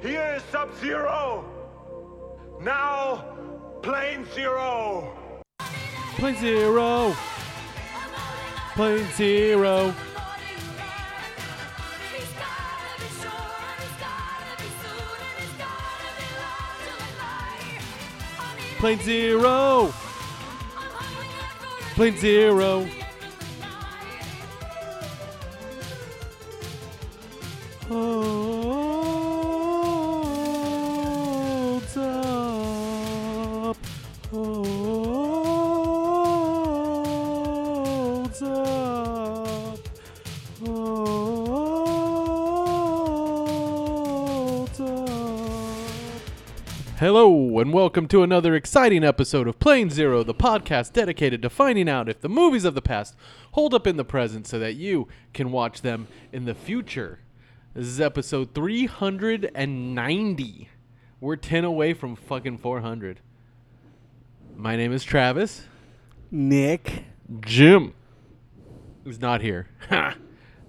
Here, Sub Zero! Now, Plane Zero! Plane zero. Plane zero. Plane zero. Plane zero. Holds up. Holds up. Holds up. Hello, and welcome to another exciting episode of Plane Zero, the podcast dedicated to finding out if the movies of the past hold up in the present so that you can watch them in the future. This is episode 390. We're 10 away from fucking 400. My name is Travis. Nick. Jim. Who's not here. Ha!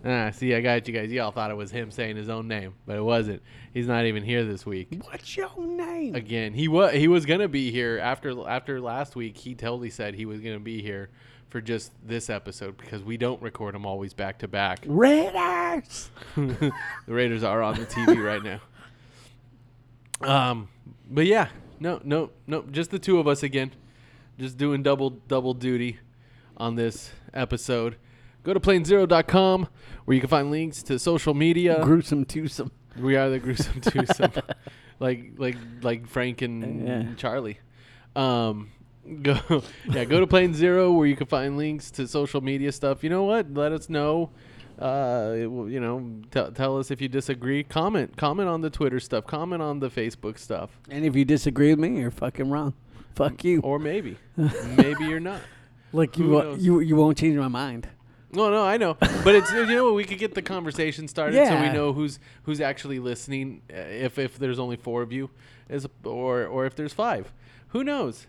Ah, see, I got you guys. Y'all thought it was him saying his own name, but it wasn't. He's not even here this week What's your name? again. He was he was gonna be here after after last week. He totally said he was gonna be here for just this episode because we don't record them always back to back. Red Eyes. the Raiders are on the TV right now. Um, but yeah, no, no, no, just the two of us again, just doing double double duty on this episode. Go to planezero.com where you can find links to social media. Gruesome twosome. We are the gruesome twosome, like like like Frank and Yeah. Charlie. Um, go yeah, go to Plane Zero where you can find links to social media stuff. You know what? Let us know. Uh, it will- you know, tell tell us if you disagree. Comment comment on the Twitter stuff. Comment on the Facebook stuff. And if you disagree with me, you're fucking wrong. Fuck you. Or maybe maybe you're not. like you, who wa- knows? you, you won't change my mind. No, no, I know, but it's you know we could get the conversation started so Yeah. we know who's who's actually listening. uh, If if there's only four of you, is or or if there's five, who knows?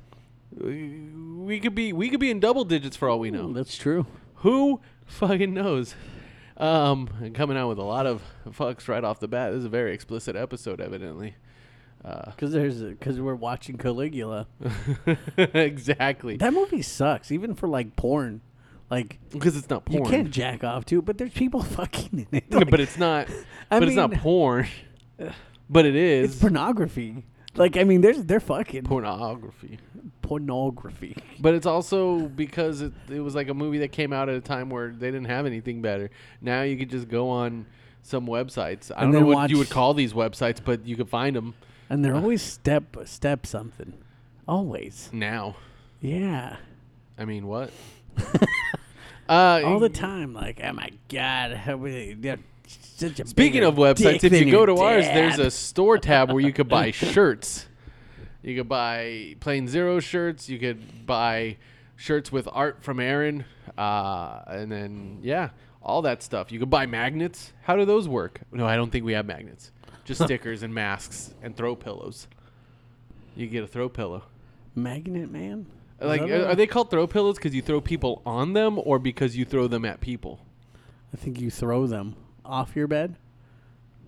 We we could be we could be in double digits for all we know. That's true. Who fucking knows? Um, and coming out with a lot of fucks right off the bat. This is a very explicit episode, evidently. Uh, Because there's because we're watching Caligula. exactly, That movie sucks, even for like porn. Like because it's not porn. you can't jack off to, it, but there's people fucking in it. Yeah, Like, but it's not. I but it's not mean- porn. But it it's is pornography. Like I mean, there's they're fucking pornography. pornography. But it's also because it, it was like a movie that came out at a time where they didn't have anything better. Now you could just go on some websites. I don't And know then what you watch- would call these websites, but you could find them And they're always step step something. Always. now. Yeah. I mean, what? uh, all the time. Like, oh my god, how we- they're such a Speaking bigger of websites, dick if than you go your to ours, dad. there's a store tab where you could buy shirts. You could buy plain zero shirts. You could buy shirts with art from Aaron, uh, and then yeah, all that stuff. You could buy magnets. How do those work? No, I don't think we have magnets. Just stickers and masks and throw pillows. You get a throw pillow. magnet man. Is Like, uh, that are, a- are they called throw pillows because you throw people on them, or because you throw them at people? I think you throw them off your bed.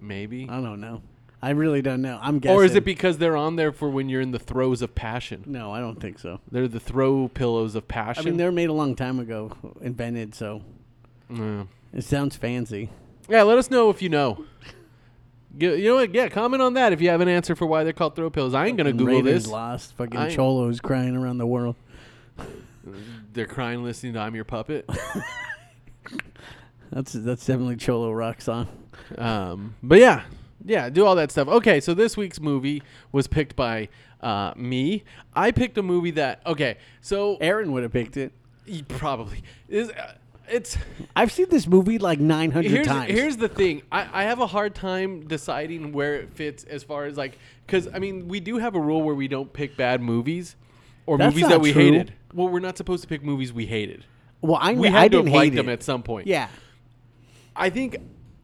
Maybe. I don't know. I really don't know. I'm guessing. Or is it because they're on there for when you're in the throes of passion? no? I don't think so. They're the throw pillows of I passion. mean, they were made a long time ago, invented. So Mm. it sounds fancy. yeah, let us know if you know. G- You know what? Yeah, comment on that if you have an answer for why they're called throw pillows. I ain't gonna And Google Raiders this. Lost fucking I- cholos crying around the world. They're crying listening to "I'm Your Puppet." That's that's definitely cholo rock song. um, but yeah, yeah, do all that stuff. Okay, so this week's movie was picked by uh, me. I picked a movie that okay, so Aaron would have picked it. you probably is uh, it's. I've seen this movie like 900 here's, times. Here's the thing. I, I have a hard time deciding where it fits as far as like, because I mean, we do have a rule where we don't pick bad movies or That's movies that not we true. hated. Well, we're not supposed to pick movies we hated. well, I, We I had to didn't have liked hate them it. at some point. Yeah. I think,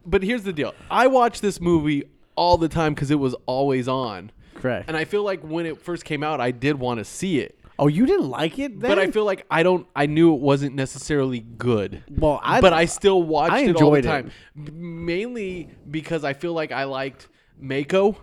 but here's the deal. I watched this movie all the time because it was always on. Correct. And I feel like when it first came out, I did want to see it. Oh, you didn't like it then? But I feel like I don't. I knew it wasn't necessarily good. Well, I- but I still watched I it all the enjoyed it. time, B- mainly because I feel like I liked Mako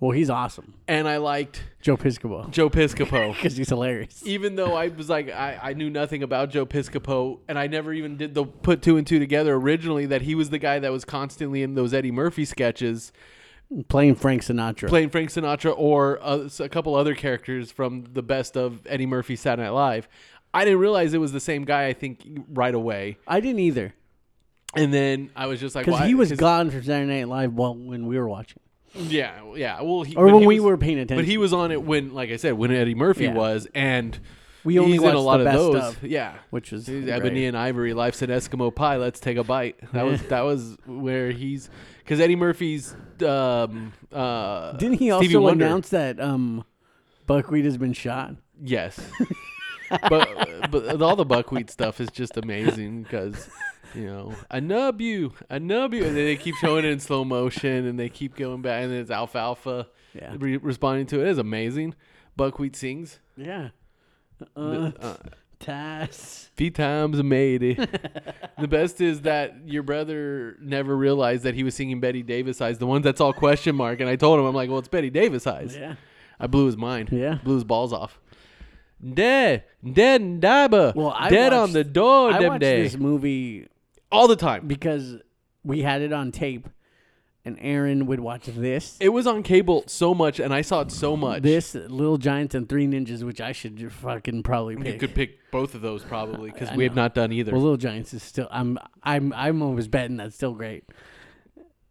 Well, he's awesome, and I liked Joe Piscopo, Joe Piscopo. because he's hilarious. even though I was like I, I knew nothing about Joe Piscopo and I never even did the put two and two together originally that he was the guy that was constantly in those Eddie Murphy sketches Playing Frank Sinatra. playing Frank Sinatra or uh, a couple other characters from the best of Eddie Murphy Saturday Night Live. I didn't realize it was the same guy. I think right away, I didn't either, and then I was just like, because why- he was 'cause- gone from Saturday Night Live while when we were watching, yeah, yeah. Well, he, or but when he we was- were paying attention. but he was on it when, like I said, when Eddie Murphy Yeah. was, and We only he's in watched a lot of the best those. of. Yeah, which is He's great. Ebony and Ivory, Life's an Eskimo Pie. Let's take a bite. That was that was where he's because Eddie Murphy's. Um, uh, Didn't he Stevie also Wonder- announce that um, Buckwheat has been shot? Yes, but but all the buckwheat stuff is just amazing because you know I nub you, I nub you, and then they keep showing it in slow motion, and they keep going back, and then it's alfalfa Yeah. re- responding to it. It's amazing. Buckwheat sings. Yeah. uh, Tass. Few times I made it. the best is that your brother never realized that he was singing Betty Davis eyes, the one that's all question mark. And I told him, I'm like, well, it's Betty Davis eyes. Yeah. I blew his mind. Yeah. Blew his balls off. Dead, dead and diver. Well, I dead on watched- the door, I them watched day. this movie All the time. because we had it on tape, and Aaron would watch this, It was on cable so much, and I saw it so much. this Little Giants and Three Ninjas, which I should ju- fucking probably you pick. could pick both of those probably because I we have know. not done either. well, Little Giants is still. I'm I'm I'm always betting that's still great.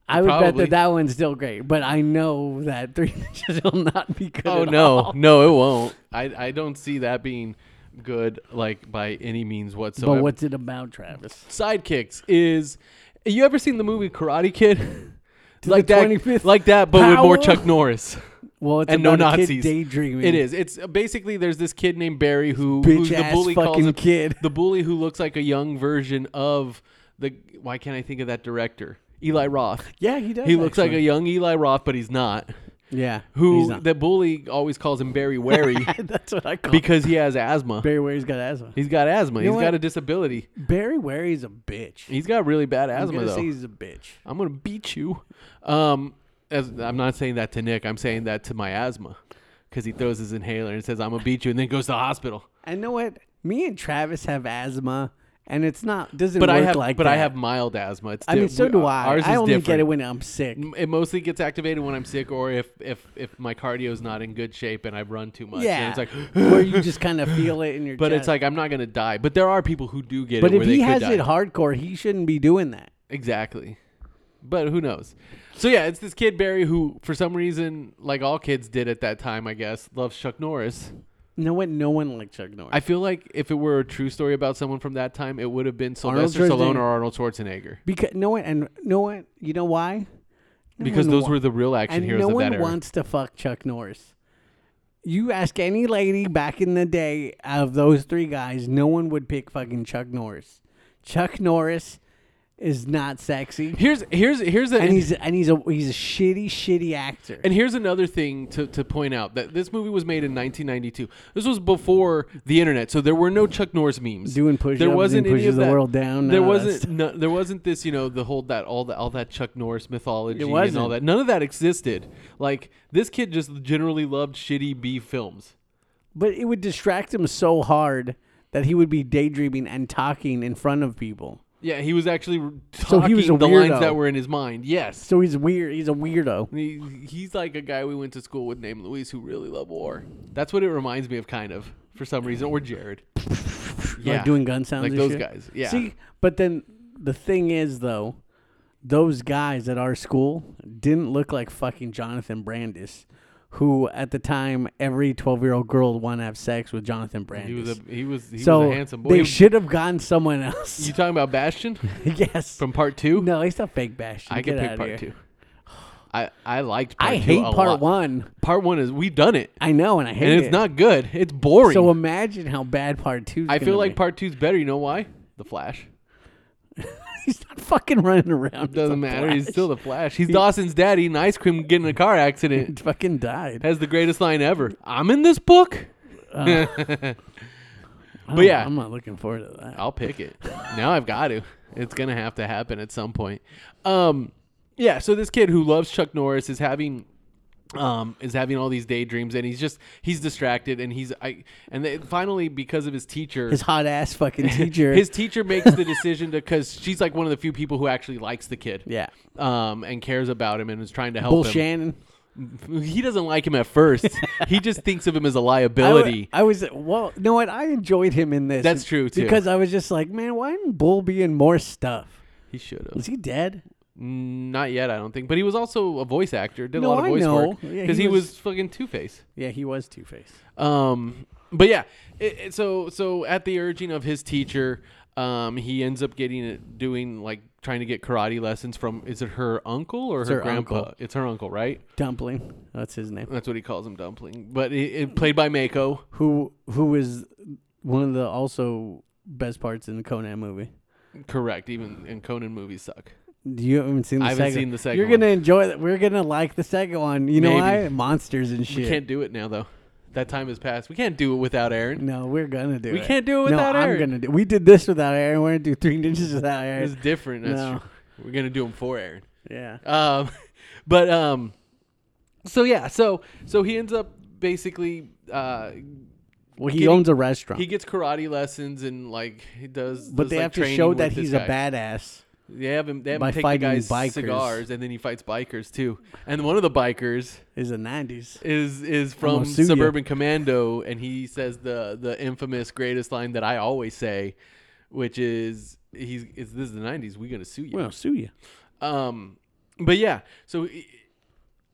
I would bet Probably. that that one's still great, but I know that Three Ninjas will not be good. oh at no, all. no, it won't. I I don't see that being good like by any means whatsoever. But what's it about, Travis? sidekicks is you ever seen the movie Karate Kid? like the that 25th like that but with more power? Chuck Norris Well, it's and no about a kid Nazis. daydreaming. It is. It's uh, basically there's this kid named Barry who Bitch who's the ass bully calls fucking him, kid. the bully who looks like a young version of the why can't I think of that director? Eli Roth. Yeah, he does. He looks like a actually. young Eli Roth but he's not. yeah. he's Who not. the bully always calls him Barry Wary That's what I call. Because because he has asthma. Barry Wary's got asthma. He's got asthma. He's know what? got a disability. Barry Wary's a bitch. He's got really bad I'm asthma gonna though. say he's a bitch. I'm gonna beat you. Um, as I'm not saying that to Nick, I'm saying that to my asthma, because he throws his inhaler and says, "I'm gonna beat you," and then goes to the hospital. I know what. Me and Travis have asthma, and it's not doesn't But work I have, like but that. I have mild asthma. It's I mean, di- so we- do I. Ours I is only get different. it when I'm sick. it mostly gets activated when I'm sick or if if if my cardio's not in good shape and I've run too much. Yeah, And it's like, where you just kind of feel it in your. but chest. it's like I'm not gonna die. But there are people who do get But it. if where they he could has die. it hardcore, he shouldn't be doing that. Exactly. But who knows? So yeah, it's this kid Barry who, for some reason, like all kids did at that time, I guess, loves Chuck Norris. No one, no one likes Chuck Norris. I feel like if it were a true story about someone from that time, it would have been Arnold Sylvester Stallone Schwarzenegger. or Arnold Schwarzenegger because no one, and no one, you know why? No because one those wa- were the real action and heroes no of one that era. wants to fuck Chuck Norris. You ask any lady back in the day of those three guys, no one would pick fucking Chuck Norris. Chuck Norris is not sexy, here's here's here's the and he's and he's a he's a shitty shitty actor. And here's another thing to, to point out that this movie was made in 1992. This was before the internet, so there were no Chuck Norris memes. Doing push-ups there wasn't and any of pushes the that. world down, uh, There none of that wasn't. stuff. No, there wasn't this. You know, the whole that all that all that Chuck Norris mythology It and all wasn't. that. None of that existed. Like this kid just generally loved shitty B films. but it would distract him so hard that he would be daydreaming and talking in front of people. Yeah, he was actually So talking he was a the lines weirdo. that were in his mind. Yes. So he's weird. He's a weirdo. He, he's like a guy we went to school with named Luis who really loved war. That's what it reminds me of, kind of, for some reason. Or Jared. like doing gun sounds. Like and those shit. guys. Yeah. See, but then the thing is though, those guys at our school didn't look like fucking Jonathan Brandis, who at the time every twelve year old girl would want to have sex with Jonathan Brandis. he was a he was he so was a handsome boy. they He- should have gotten someone else. you talking about Bastion yes. from part two? no, he's not fake bash. I Get could outta pick part here. two. I I liked. Part I two hate a part lot. one. Part one is we done it, I know, and I hate and it's it. not good. It's boring. So imagine how bad part two. I feel like part two's better. You know why? The Flash he's not fucking running around. It's a doesn't matter. He's Flash. still the Flash. He's Dawson's daddy in ice cream getting in a car accident. fucking died. Has the greatest line ever. I'm in this book. I but don't- yeah. Oh. I'm not looking forward to that. I'll pick it. now I've got to. It's gonna have to happen at some point. Um, yeah. So this kid who loves Chuck Norris is having um, is having all these daydreams, and he's just he's distracted, and he's I and then finally because of his teacher, His hot ass fucking teacher. his teacher makes the decision to because she's like one of the few people who actually likes the kid, yeah. um, and cares about him and is trying to help Bull him. Shannon. He doesn't like him at first. he just thinks of him as a I wa- liability. I was well. No, what I enjoyed him in this. That's true, too. Because I was just like, man, why didn't Bull be in more stuff? he should have. Is he dead? Not yet, I don't think. But he was also a voice actor. Did No, a lot of I voice know. work Yeah, because he he, was, was- fucking Two Face. Yeah, he was Two Face. Um, but yeah, it, it- so so at the urging of his teacher, um, he ends up getting doing like trying to get karate lessons from is it her uncle or her, her grandpa? uncle. It's her uncle, right? Dumpling. That's his name. That's what he calls him, Dumpling. But it, it played by Mako. Who who is one of the also best parts in the Conan movie. Correct. Even and Conan movies suck. You haven't seen the I haven't second. seen the second You're one. gonna enjoy that. We're gonna like the second one. You know Maybe. why? Monsters and shit. We can't do it now though. That time has passed. We can't do it without Aaron. No, we're gonna do We it. can't do it no, without I'm Aaron. gonna do. We did this without Aaron. We're gonna do Three Ninjas without It's Aaron. different. That's No. true. We're gonna do him for Aaron. Yeah. Um, but um, so yeah, so so he ends up basically uh, Well, he Getting- owns a restaurant. he gets karate lessons and like he does. but does, they like, have to training show with that this he's guy. a badass. They have him. They have by him take the fighting guy's bikers. cigars, and then he fights bikers too. And one of the bikers Is the nineties. is is from gonna sue ya. Suburban Commando, and he says the the infamous greatest line that I always say, which is he's it's, this is the '90s. We're gonna sue you. Well, sue you. Um, but yeah, so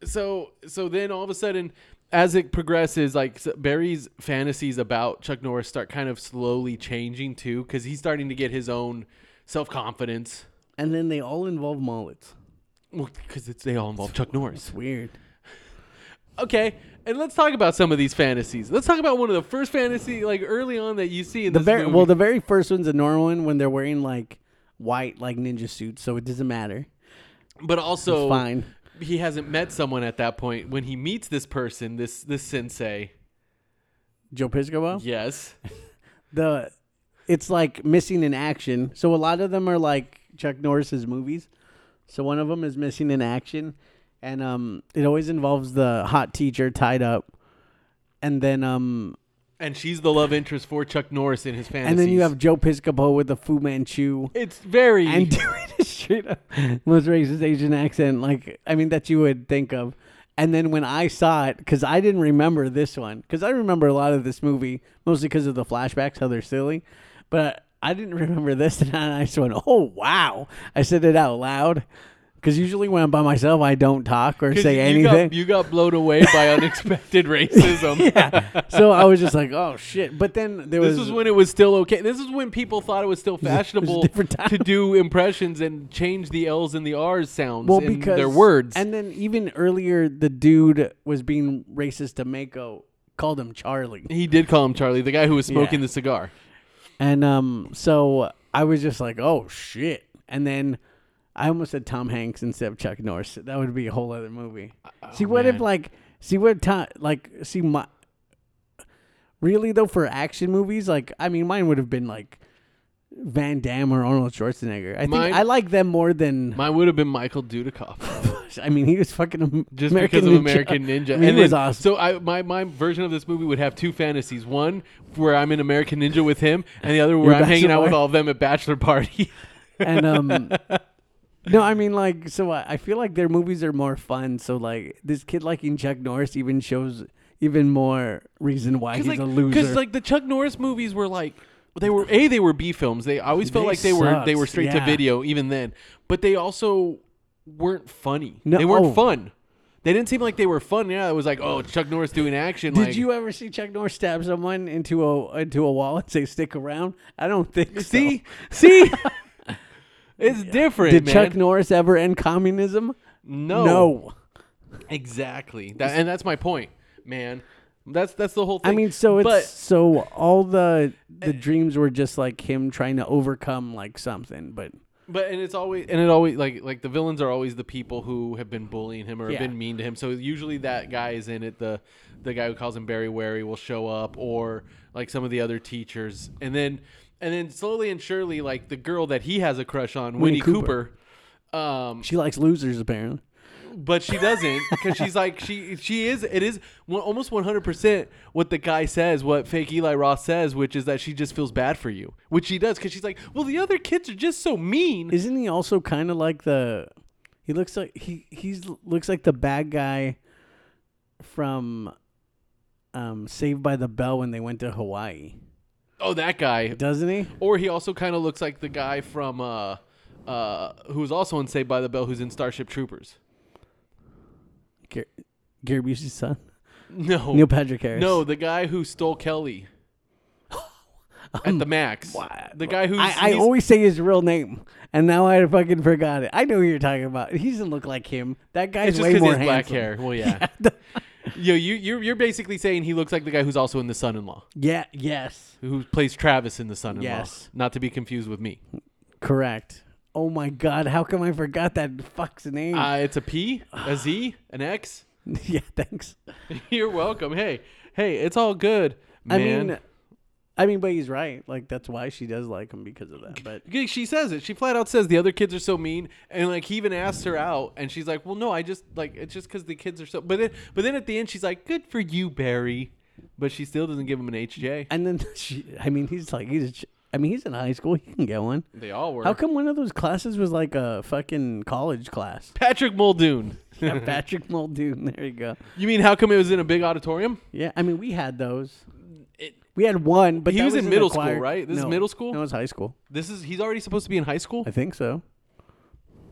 so so then all of a sudden, as it progresses, like so Barry's fantasies about Chuck Norris start kind of slowly changing too, because he's starting to get his own self confidence. And then they all involve mullets. Well, because it's they all involve Chuck Norris. Weird. Okay, and let's talk about some of these fantasies. Let's talk about one of the first fantasy, like early on that you see in The this very movie. well, the very first one's a normal one when they're wearing like white like ninja suits, so it doesn't matter. but also it's fine. he hasn't met someone at that point. When he meets this person, this this sensei, Joe Piscopo. yes, The it's like missing in action. So a lot of them are like Chuck Norris's movies. So one of them is missing in action, and um, it always involves the hot teacher tied up, and then um, And she's the love interest for Chuck Norris in his fantasies. and then you have Joe Piscopo with the Fu Manchu. it's very and doing a straight up most racist Asian accent, like I mean that you would think of. And then when I saw it, because I didn't remember this one, because I remember a lot of this movie mostly because of the flashbacks, how they're silly, but I didn't remember this, and I just went, "Oh wow!" I said it out loud, because usually when I'm by myself, I don't talk or 'Cause say you anything. Got, you got blown away by unexpected racism. yeah, so I was just like, "Oh shit!" But then there This was was when it was still okay. This is when people thought it was still fashionable different time. to do impressions and change the L's and the R's sounds well in because their words. And then even earlier, the dude was being racist to Mako, called him Charlie, he did call him Charlie, the guy who was smoking Yeah. the cigar. and um, so I was just like, oh shit, and then. I almost said Tom Hanks instead of Chuck Norris. That would be a whole other movie. see what if Uh, oh, man. like see what Tom like see my really though for action movies like I mean mine would have been like Van Damme or Arnold Schwarzenegger. I think Mine- I like them more than Mine would have been Michael Dudikoff. I mean he was fucking am- just American because of Ninja. American Ninja. I mean, and he was then- awesome. So I my my version of this movie would have two fantasies: one where I'm in American Ninja with him, and the other where Your I'm hanging out bachelor. with all of them at bachelor party. and um no i mean like so I, I feel like their movies are more fun so like this kid liking chuck norris even shows even more reason why he's like, a loser like the Chuck Norris movies were like they were a they were B films. They I always felt They like they were they sucked, were straight to yeah. video even then, but they also weren't funny. No. Oh. They weren't fun. They didn't seem like they were fun. Yeah, it was like oh it's Chuck Norris doing action. did like, you ever see chuck norris stab someone into a into a wall and say stick around i don't think see so. see? it's different. did man. chuck norris ever end communism no no Exactly. That, and that's my point, man. That's that's the whole thing. i mean so it's but Eh. so all the the dreams were just like him trying to overcome like something but but and it's always and it always like like the villains are always the people who have been bullying him or Yeah. have been mean to him. So usually that guy is in it. The the guy who calls him Barry Wary will show up, or like some of the other teachers, and then and then slowly and surely, like the girl that he has a crush on, Winnie, Winnie Cooper. Cooper. um, she likes losers apparently but she doesn't because she's like she she is it is one, almost 100% what the guy says what fake eli ross says which is that she just feels bad for you which she does because she's like well the other kids are just so mean Isn't he also kind of like the? He looks like he he's looks like the bad guy from um Saved by the Bell when they went to Hawaii, oh that guy doesn't he? or he also kind of looks like the guy from uh uh who's also in saved by the bell who's in starship troopers Gar- Gary Busey's son, no Neil Patrick Harris. no the guy who stole kelly at the max the guy who's I, I he's- always say his real name, and now I fucking forgot it. I know who you're talking about. He doesn't look like him. That guy's It's just way because he more has black handsome. hair. Well, yeah. Yo, you you're, you're basically saying he looks like the guy who's also in The Son-in-Law, Yeah. Yes. who plays Travis in The Son-in-Law. Yes. Not to be confused with me. Correct. Oh my god! How come I forgot that fuck's name? Uh, it's a P, a Z, an X. yeah. Thanks. You're welcome. Hey, hey, it's all good, I man. mean, I mean, but he's right. Like that's why she does like him because of that. But Yeah, she says it. She flat out says the other kids are so mean, and like he even asks her out, and she's like, "Well, no, I just like it's just because the kids are so." But then, but then at the end, she's like, "Good for you, Barry," but she still doesn't give him an HJ. and then she, I mean, he's like he's. a ch- I mean, he's in high school. He can get one. They all were. How come one of those classes was like a fucking college class? Patrick Muldoon. Yeah, Patrick Muldoon. There you go. You mean how come it was in a big auditorium? Yeah, I mean, we had those. we had one, but He that was in the middle school, choir- right? This is No. middle school? No, it was high school. This is he's already supposed to be in high school. I think so.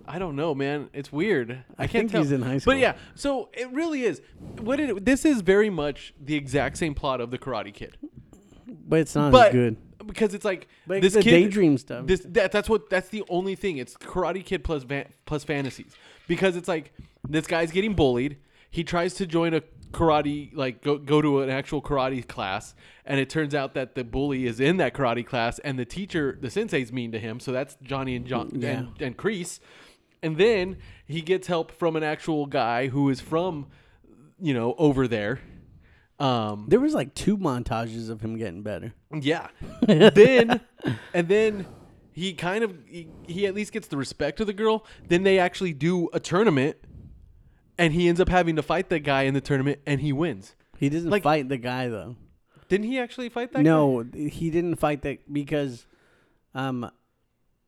I don't know, man. It's weird. I, can't think tell. he's in high But school. yeah, so it really is. What it, this is very much the exact same plot of the Karate Kid, But it's not but as good. because it's like But this the kid, daydream stuff. This that, that's what that's the only thing. It's Karate Kid plus van, plus fantasies because it's like this guy's getting bullied. He tries to join a karate like go go to an actual karate class, and it turns out that the bully is in that karate class, and the teacher, the sensei's mean to him. So that's Johnny and John Yeah. and, and Crease, and then he gets help from an actual guy who is from, you know, over there. Um, There was like two montages of him getting better. yeah. then and then he kind of he, he at least gets the respect of the girl. Then they actually do a tournament and he ends up having to fight that guy in the tournament and he wins. He doesn't Like- fight the guy though. Didn't he actually fight that guy? No, um, he didn't fight that because, um,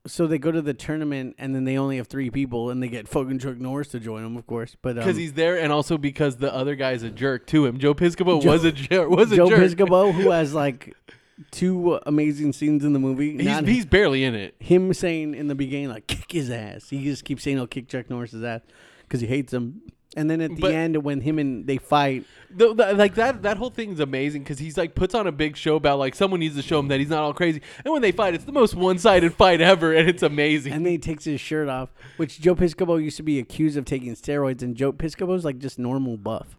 so they go to the tournament and then they only have three people and they get fucking Chuck Norris to join them, of course. But Because um, he's there and also because the other guy's a jerk to him. Joe Piscopo was a jerk was a Joe jerk. Piscopo, who has like two amazing scenes in the movie, he's, not he's barely in it. him saying in the beginning like kick his ass. He just keeps saying he'll kick Chuck Norris's ass because he hates him. And then at the But- end, when him and they fight, Though, th- like that that whole thing's amazing because he's like puts on a big show about like someone needs to show him that he's not all crazy. And when they fight, it's the most one sided fight ever, and it's amazing. and then he takes his shirt off, which Joe Piscopo used to be accused of taking steroids, and Joe Piscopo's like just normal buff.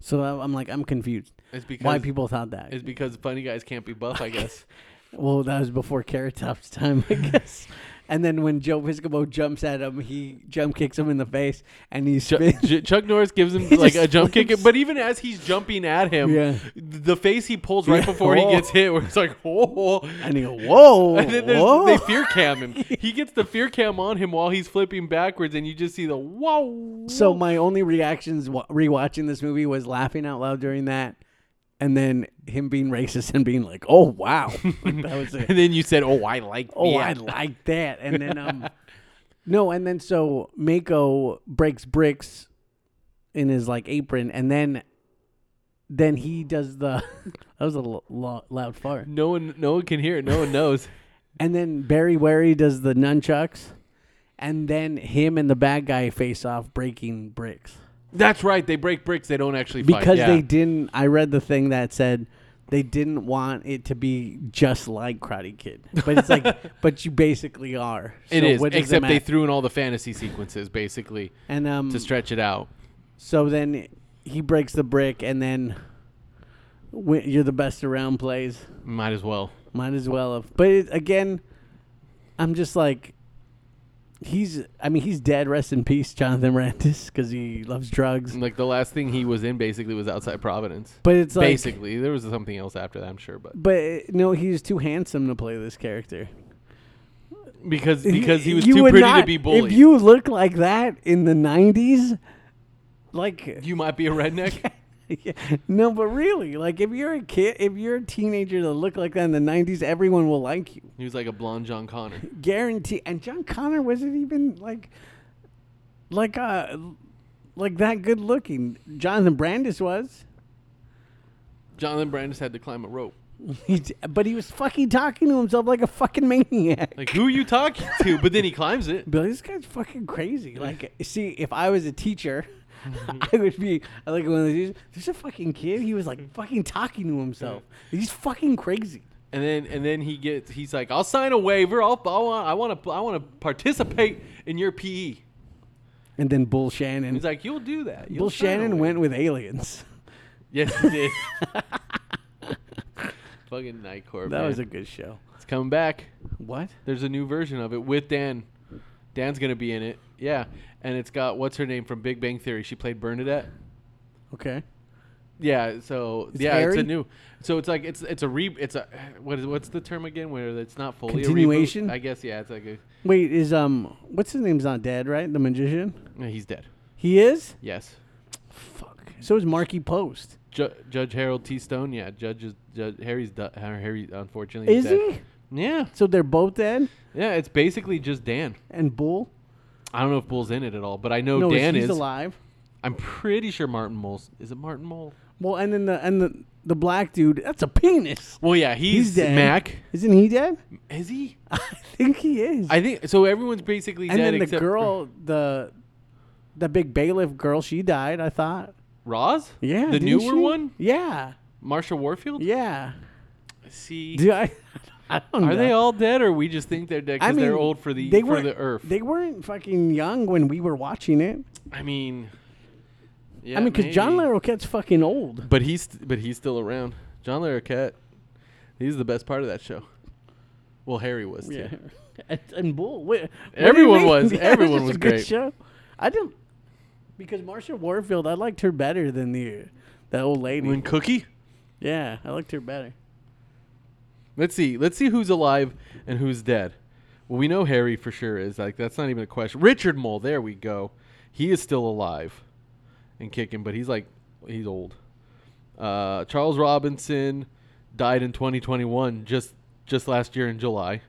So I- I'm like, I'm confused. It's why because- people thought that. It's because funny guys can't be buff, I guess. well, that was before Carrot Top's time, I guess. and then when Joe Piscopo jumps at him, he jump kicks him in the face, and he Ch- spins. Ch- Chuck Norris gives him He like just a jump kick, flips. but even as he's jumping at him, Yeah. th- the face he pulls right Yeah. before he Oh. gets hit, where it's like, oh. and he go, whoa, And then there's- whoa. they fear cam him. He gets the fear cam on him while he's flipping backwards, and you just see the whoa. So my only reactions wa- rewatching this movie was laughing out loud during that, and then him being racist and being like, "Oh wow," that was it. and then you said, "Oh, I like. Oh, I that." like that. And then um, no, and then so Mako breaks bricks in his like apron, and then then he does the that was a lo- lo- loud fart, No one, no one can hear it. No one knows. and then Barry Wary does the nunchucks, and then him and the bad guy face off breaking bricks. That's right. They break bricks. They don't actually fight. because Yeah. they didn't i read the thing that said they didn't want it to be just like karate kid but it's like but you basically are so It is, what does except they matter? threw in all the fantasy sequences basically and um to stretch it out. so then he breaks the brick and then wi- you're the best around plays Might as well. might as well have but it, again i'm just like he's i mean he's dead rest in peace jonathan Rantis, because he loves drugs Like the last thing he was in basically was outside Providence. but it's like basically, there was something else after that, I'm sure, but but uh, no he's too handsome to play this character because because he was You too would pretty to not- be bullied. If you look like that in the '90s, like You might be a redneck. Yeah. no, but really, like if you're a kid, if you're a teenager that look like that in the '90s, everyone will like you, he was like a blonde John Connor. guarantee. And John Connor wasn't even like, like uh, like that good looking. Jonathan Brandis was, Jonathan Brandis had to climb a rope. He d- but he was fucking talking to himself like a fucking maniac. Like, who are you talking to? But then he climbs it. But this guy's fucking crazy. Like, see, if I was a teacher, I would be I like one of these. There's a fucking kid. He was like fucking talking to himself. He's fucking crazy. And then and then he gets he's like, I'll sign a waiver. I'll, I'll I want to I want to participate in your PE. And then Bull Shannon. He's like, you'll do that. You'll Bull sign a Shannon waiver." went with aliens. Yes, he did. Fucking Nightcore. That man. was a good show. It's coming back. What? There's a new version of it with Dan. Dan's gonna be in it. Yeah, and it's got what's her name from Big Bang Theory. She played Bernadette. Okay. Yeah, so yeah, it's Harry? a new. So it's like it's it's a re it's a what is what's the term again? Where it's not fully a reboot? Continuation? I guess yeah, it's like a, Wait, is um, what's his name's not dead, right? The magician. no, he's dead. He is. Yes, Fuck. So is Marky Post. Ju- Judge Harold T. Stone. Yeah, Judge is Judge Harry's du- Harry. Unfortunately, Is he's dead. he? Yeah, So they're both dead. yeah. It's basically just Dan. And Bull. I don't know if Bull's in it at all, but I know no, Dan he's is. alive. I'm pretty sure Martin Mole's. Is it Martin Mole? Well, and then the and the the black dude. That's a penis. Well, yeah, he's, He's dead. Mac. Isn't he dead? Is he? I think he is. I think so. Everyone's basically and dead then the except girl, the the big bailiff girl, she died. I thought. Roz. Yeah. the didn't newer she? one, Yeah. Marsha Warfield. Yeah. See, Do I? I don't know. are they all dead, or we just think they're dead because they're old for the they for weren't- the earth? They weren't fucking young when we were watching it. I mean, yeah, I mean, because John maybe. Larroquette's fucking old. but he's but he's still around. John Larroquette, he's the best part of that show. Well, Harry was too. and, and Bull. Wait, what do you Everyone mean? was. Yeah, it Everyone just was a good great. show. I didn't because Marsha Warfield. I liked her better than the that old lady. When Cookie. yeah, I liked her better. Let's see. Let's see who's alive and who's dead. Well, we know Harry for sure is. Like that's not even a question. Richard Mole. There we go. He is still alive and kicking, but he's like he's old. Uh, Charles Robinson died in 2021, just just last year in July.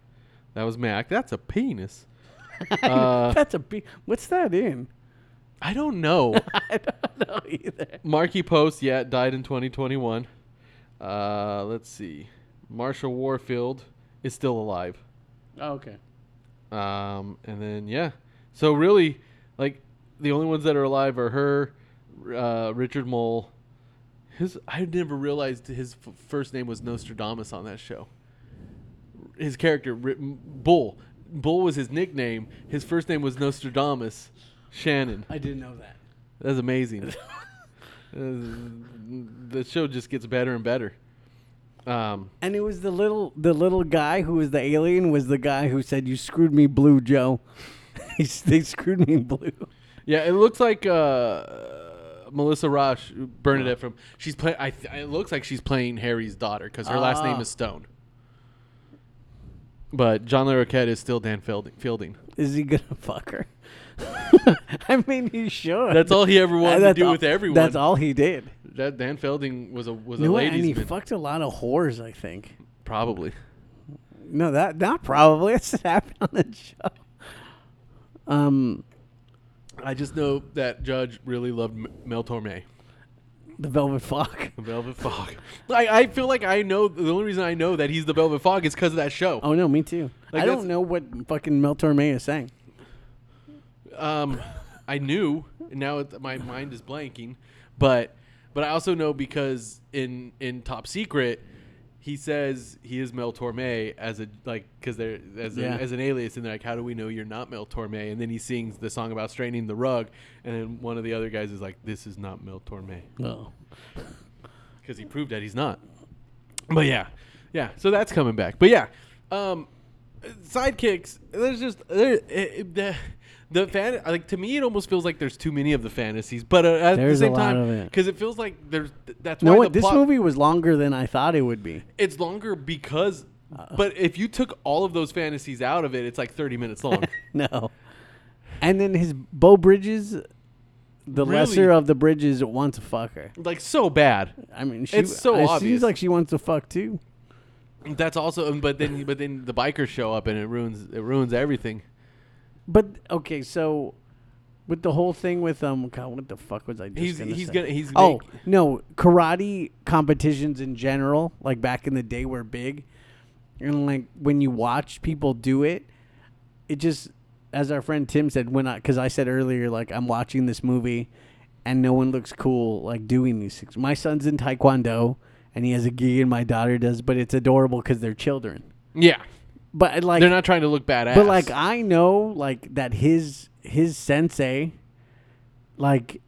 That was Mac. That's a penis. Uh, That's a big. What's that in? I don't know. I don't know either. Marky Post, yeah, died in 2021. Uh, let's see. Marsha Warfield is still alive. Oh, okay. Um, and then yeah, so really, like the only ones that are alive are her, uh, Richard Mole. His I never realized his f- first name was Nostradamus on that show. His character Ri- M- Bull Bull was his nickname. His first name was Nostradamus Shannon. I didn't know that. That's amazing. Uh, the show just gets better and better. Um, And it was the little the little guy who was the alien was the guy who said you screwed me blue, Joe. He s- they screwed me blue. Yeah, it looks like uh, Melissa Rosh Bernadette from. She's play. I. Th- it looks like she's playing Harry's daughter because her last name Ah. is Stone. But John Larroquette is still Dan Fielding. Fielding. Is he gonna fuck her? I mean, he should. Uh, That's all he ever wanted to That's do all- with everyone. That's all he did. That Dan Fielding was a was a No, and he ladies' man. fucked a lot of whores. I think. probably. No, that not probably. That's what happened on the show. Um, I just know that Judge really loved M- Mel Torme. the Velvet Fog. The Velvet Fog. I, I feel like I know the only reason I know that he's the Velvet Fog is because of that show. Oh no, me too. Like, I that's- don't know what fucking Mel Torme is saying. Um, I knew, and now it, my mind is blanking, but but I also know because in in Top Secret, he says he is Mel Torme as a like because they're as, Yeah. a, as an alias, and they're like, how do we know you're not Mel Torme? And then he sings the song about straightening the rug, and then one of the other guys is like, this is not Mel Torme Oh, because he proved that he's not. But yeah, yeah. So that's coming back. But yeah, um, sidekicks. There's just there it, the the fan. Like to me, it almost feels like there's too many of the fantasies. But uh, at There's the a same lot of time, it. because it feels like there's th- that's no, why what the this plot, movie was longer than I thought it would be. it's longer because. Uh-uh. But if you took all of those fantasies out of it, it's like 30 minutes long. No, and then his Bo Bridges the Really? lesser of the bridges wants to fuck her. like so bad. I mean, she, It's so it obvious. seems like she wants to fuck too. That's also, but then but then the bikers show up and it ruins it ruins everything. But okay, so with the whole thing with um, God, what the fuck was I? Just He's- gonna he's say? gonna- he's oh make- no, karate competitions in general, like back in the day, were big, and like when you watch people do it, it just as our friend Tim said when I because I said earlier like I'm watching this movie, and no one looks cool like doing these things. My son's in taekwondo, and he has a gig, and my daughter does, but it's adorable because they're children. Yeah, But like they're not trying to look badass. but like I know like that his his sensei like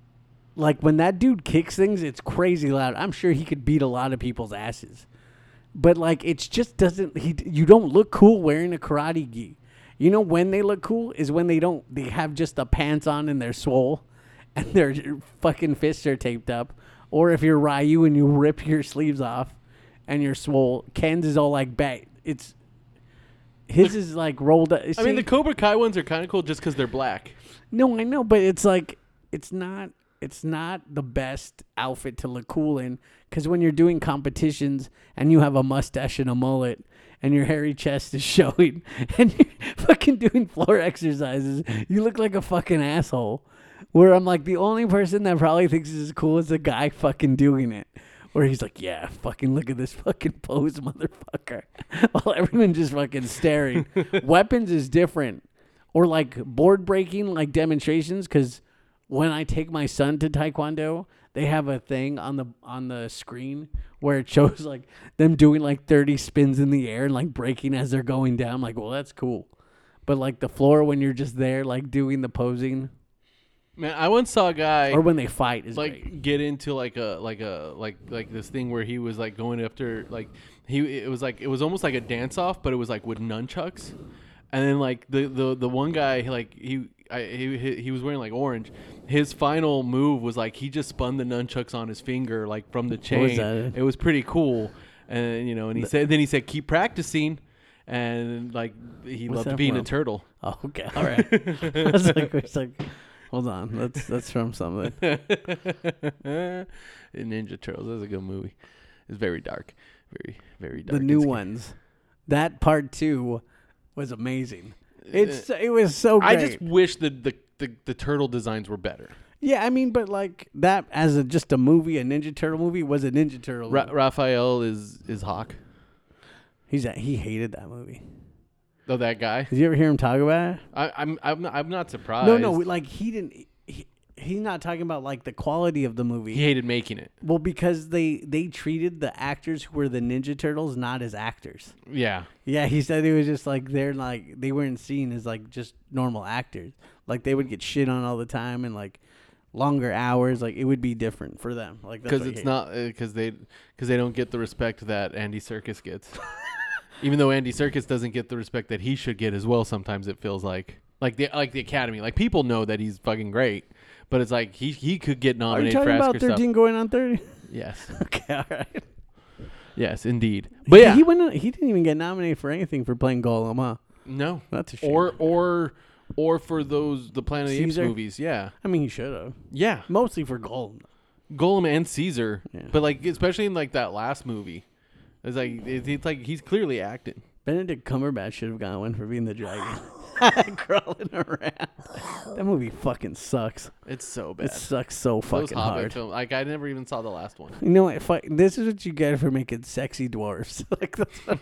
like when that dude kicks things it's crazy loud. I'm sure he could beat a lot of people's asses. But like it's just doesn't he you don't look cool wearing a karate gi. You know when they look cool is when they don't they have just the pants on and they're swole and their fucking fists are taped up or if you're Ryu and you rip your sleeves off and you're swole, Ken's is all like bat. It's his is like rolled up. I mean, the Cobra Kai ones are kind of cool just because they're black. no, I know, but it's like it's not it's not the best outfit to look cool in because when you're doing competitions and you have a mustache and a mullet and your hairy chest is showing and you're fucking doing floor exercises, you look like a fucking asshole. Where I'm like the only person that probably thinks this is cool is the guy fucking doing it. Where he's like, yeah, fucking look at this fucking pose, motherfucker. While everyone just fucking staring. Weapons is different or like board breaking like demonstrations because when i take my son to taekwondo they have a thing on the on the screen where it shows like them doing like 30 spins in the air and like breaking as they're going down I'm like well that's cool but like the floor when you're just there like doing the posing Man, I once saw a guy or when they fight is like like get into like a like a like like this thing where he was like going after like he it was like it was almost like a dance off, but it was like with nunchucks, and then like the the the one guy like he. I, he, he- he was wearing like orange. His final move was like he just spun the nunchucks on his finger like from the chain. was that? It was pretty cool, and you know. And he said, then he said, keep practicing, and like he What's loved that being a from? turtle. oh, okay all right I was like, I was like hold on that's that's from something Eh, Ninja Turtles. That's a good movie. It's very dark, very very dark. the new It's- ones that part two was amazing it's it was so great. I just wish the, the the the turtle designs were better. Yeah, I mean, but like that as a just a movie, a Ninja Turtle movie was a Ninja Turtle. Ra- movie. Raphael is is Hawk. He's a, he hated that movie. Oh, that guy. Did you ever hear him talk about it? I, I'm I'm not, I'm not surprised. No, no, like he didn't. He, he's not talking about like the quality of the movie. He hated making it. Well, because they they treated the actors who were the Ninja Turtles not as actors. Yeah. Yeah, he said it was just like they're like they weren't seen as like just normal actors. Like they would get shit on all the time and like longer hours. Like it would be different for them. Like that's Because what he it's hated. not because they because they don't get the respect that Andy Circus gets, even though Andy Circus doesn't get the respect that he should get as well. Sometimes it feels like like the like the Academy, like people know that he's fucking great, but it's like he he could get Are nominated you for talking Oscar about stuff. thirteen going on thirty? Yes, okay, all right. yes, indeed. But yeah, he went. He didn't even get nominated for anything for playing Golem. Huh? no, That's a shame. or or or for those the Planet of the Apes Caesar? movies. Yeah, I mean, he should have yeah, mostly for Golem. Golem and Caesar, Yeah. but like especially in like that last movie, it's like it's, it's like he's clearly acting. Benedict Cumberbatch should have gotten one for being the dragon, crawling around. That movie fucking sucks. It's so bad. It sucks so Those fucking Hobbit hard. films, like I never even saw the last one. You know what? Fuck, this is what you get for making sexy dwarfs. like that's what,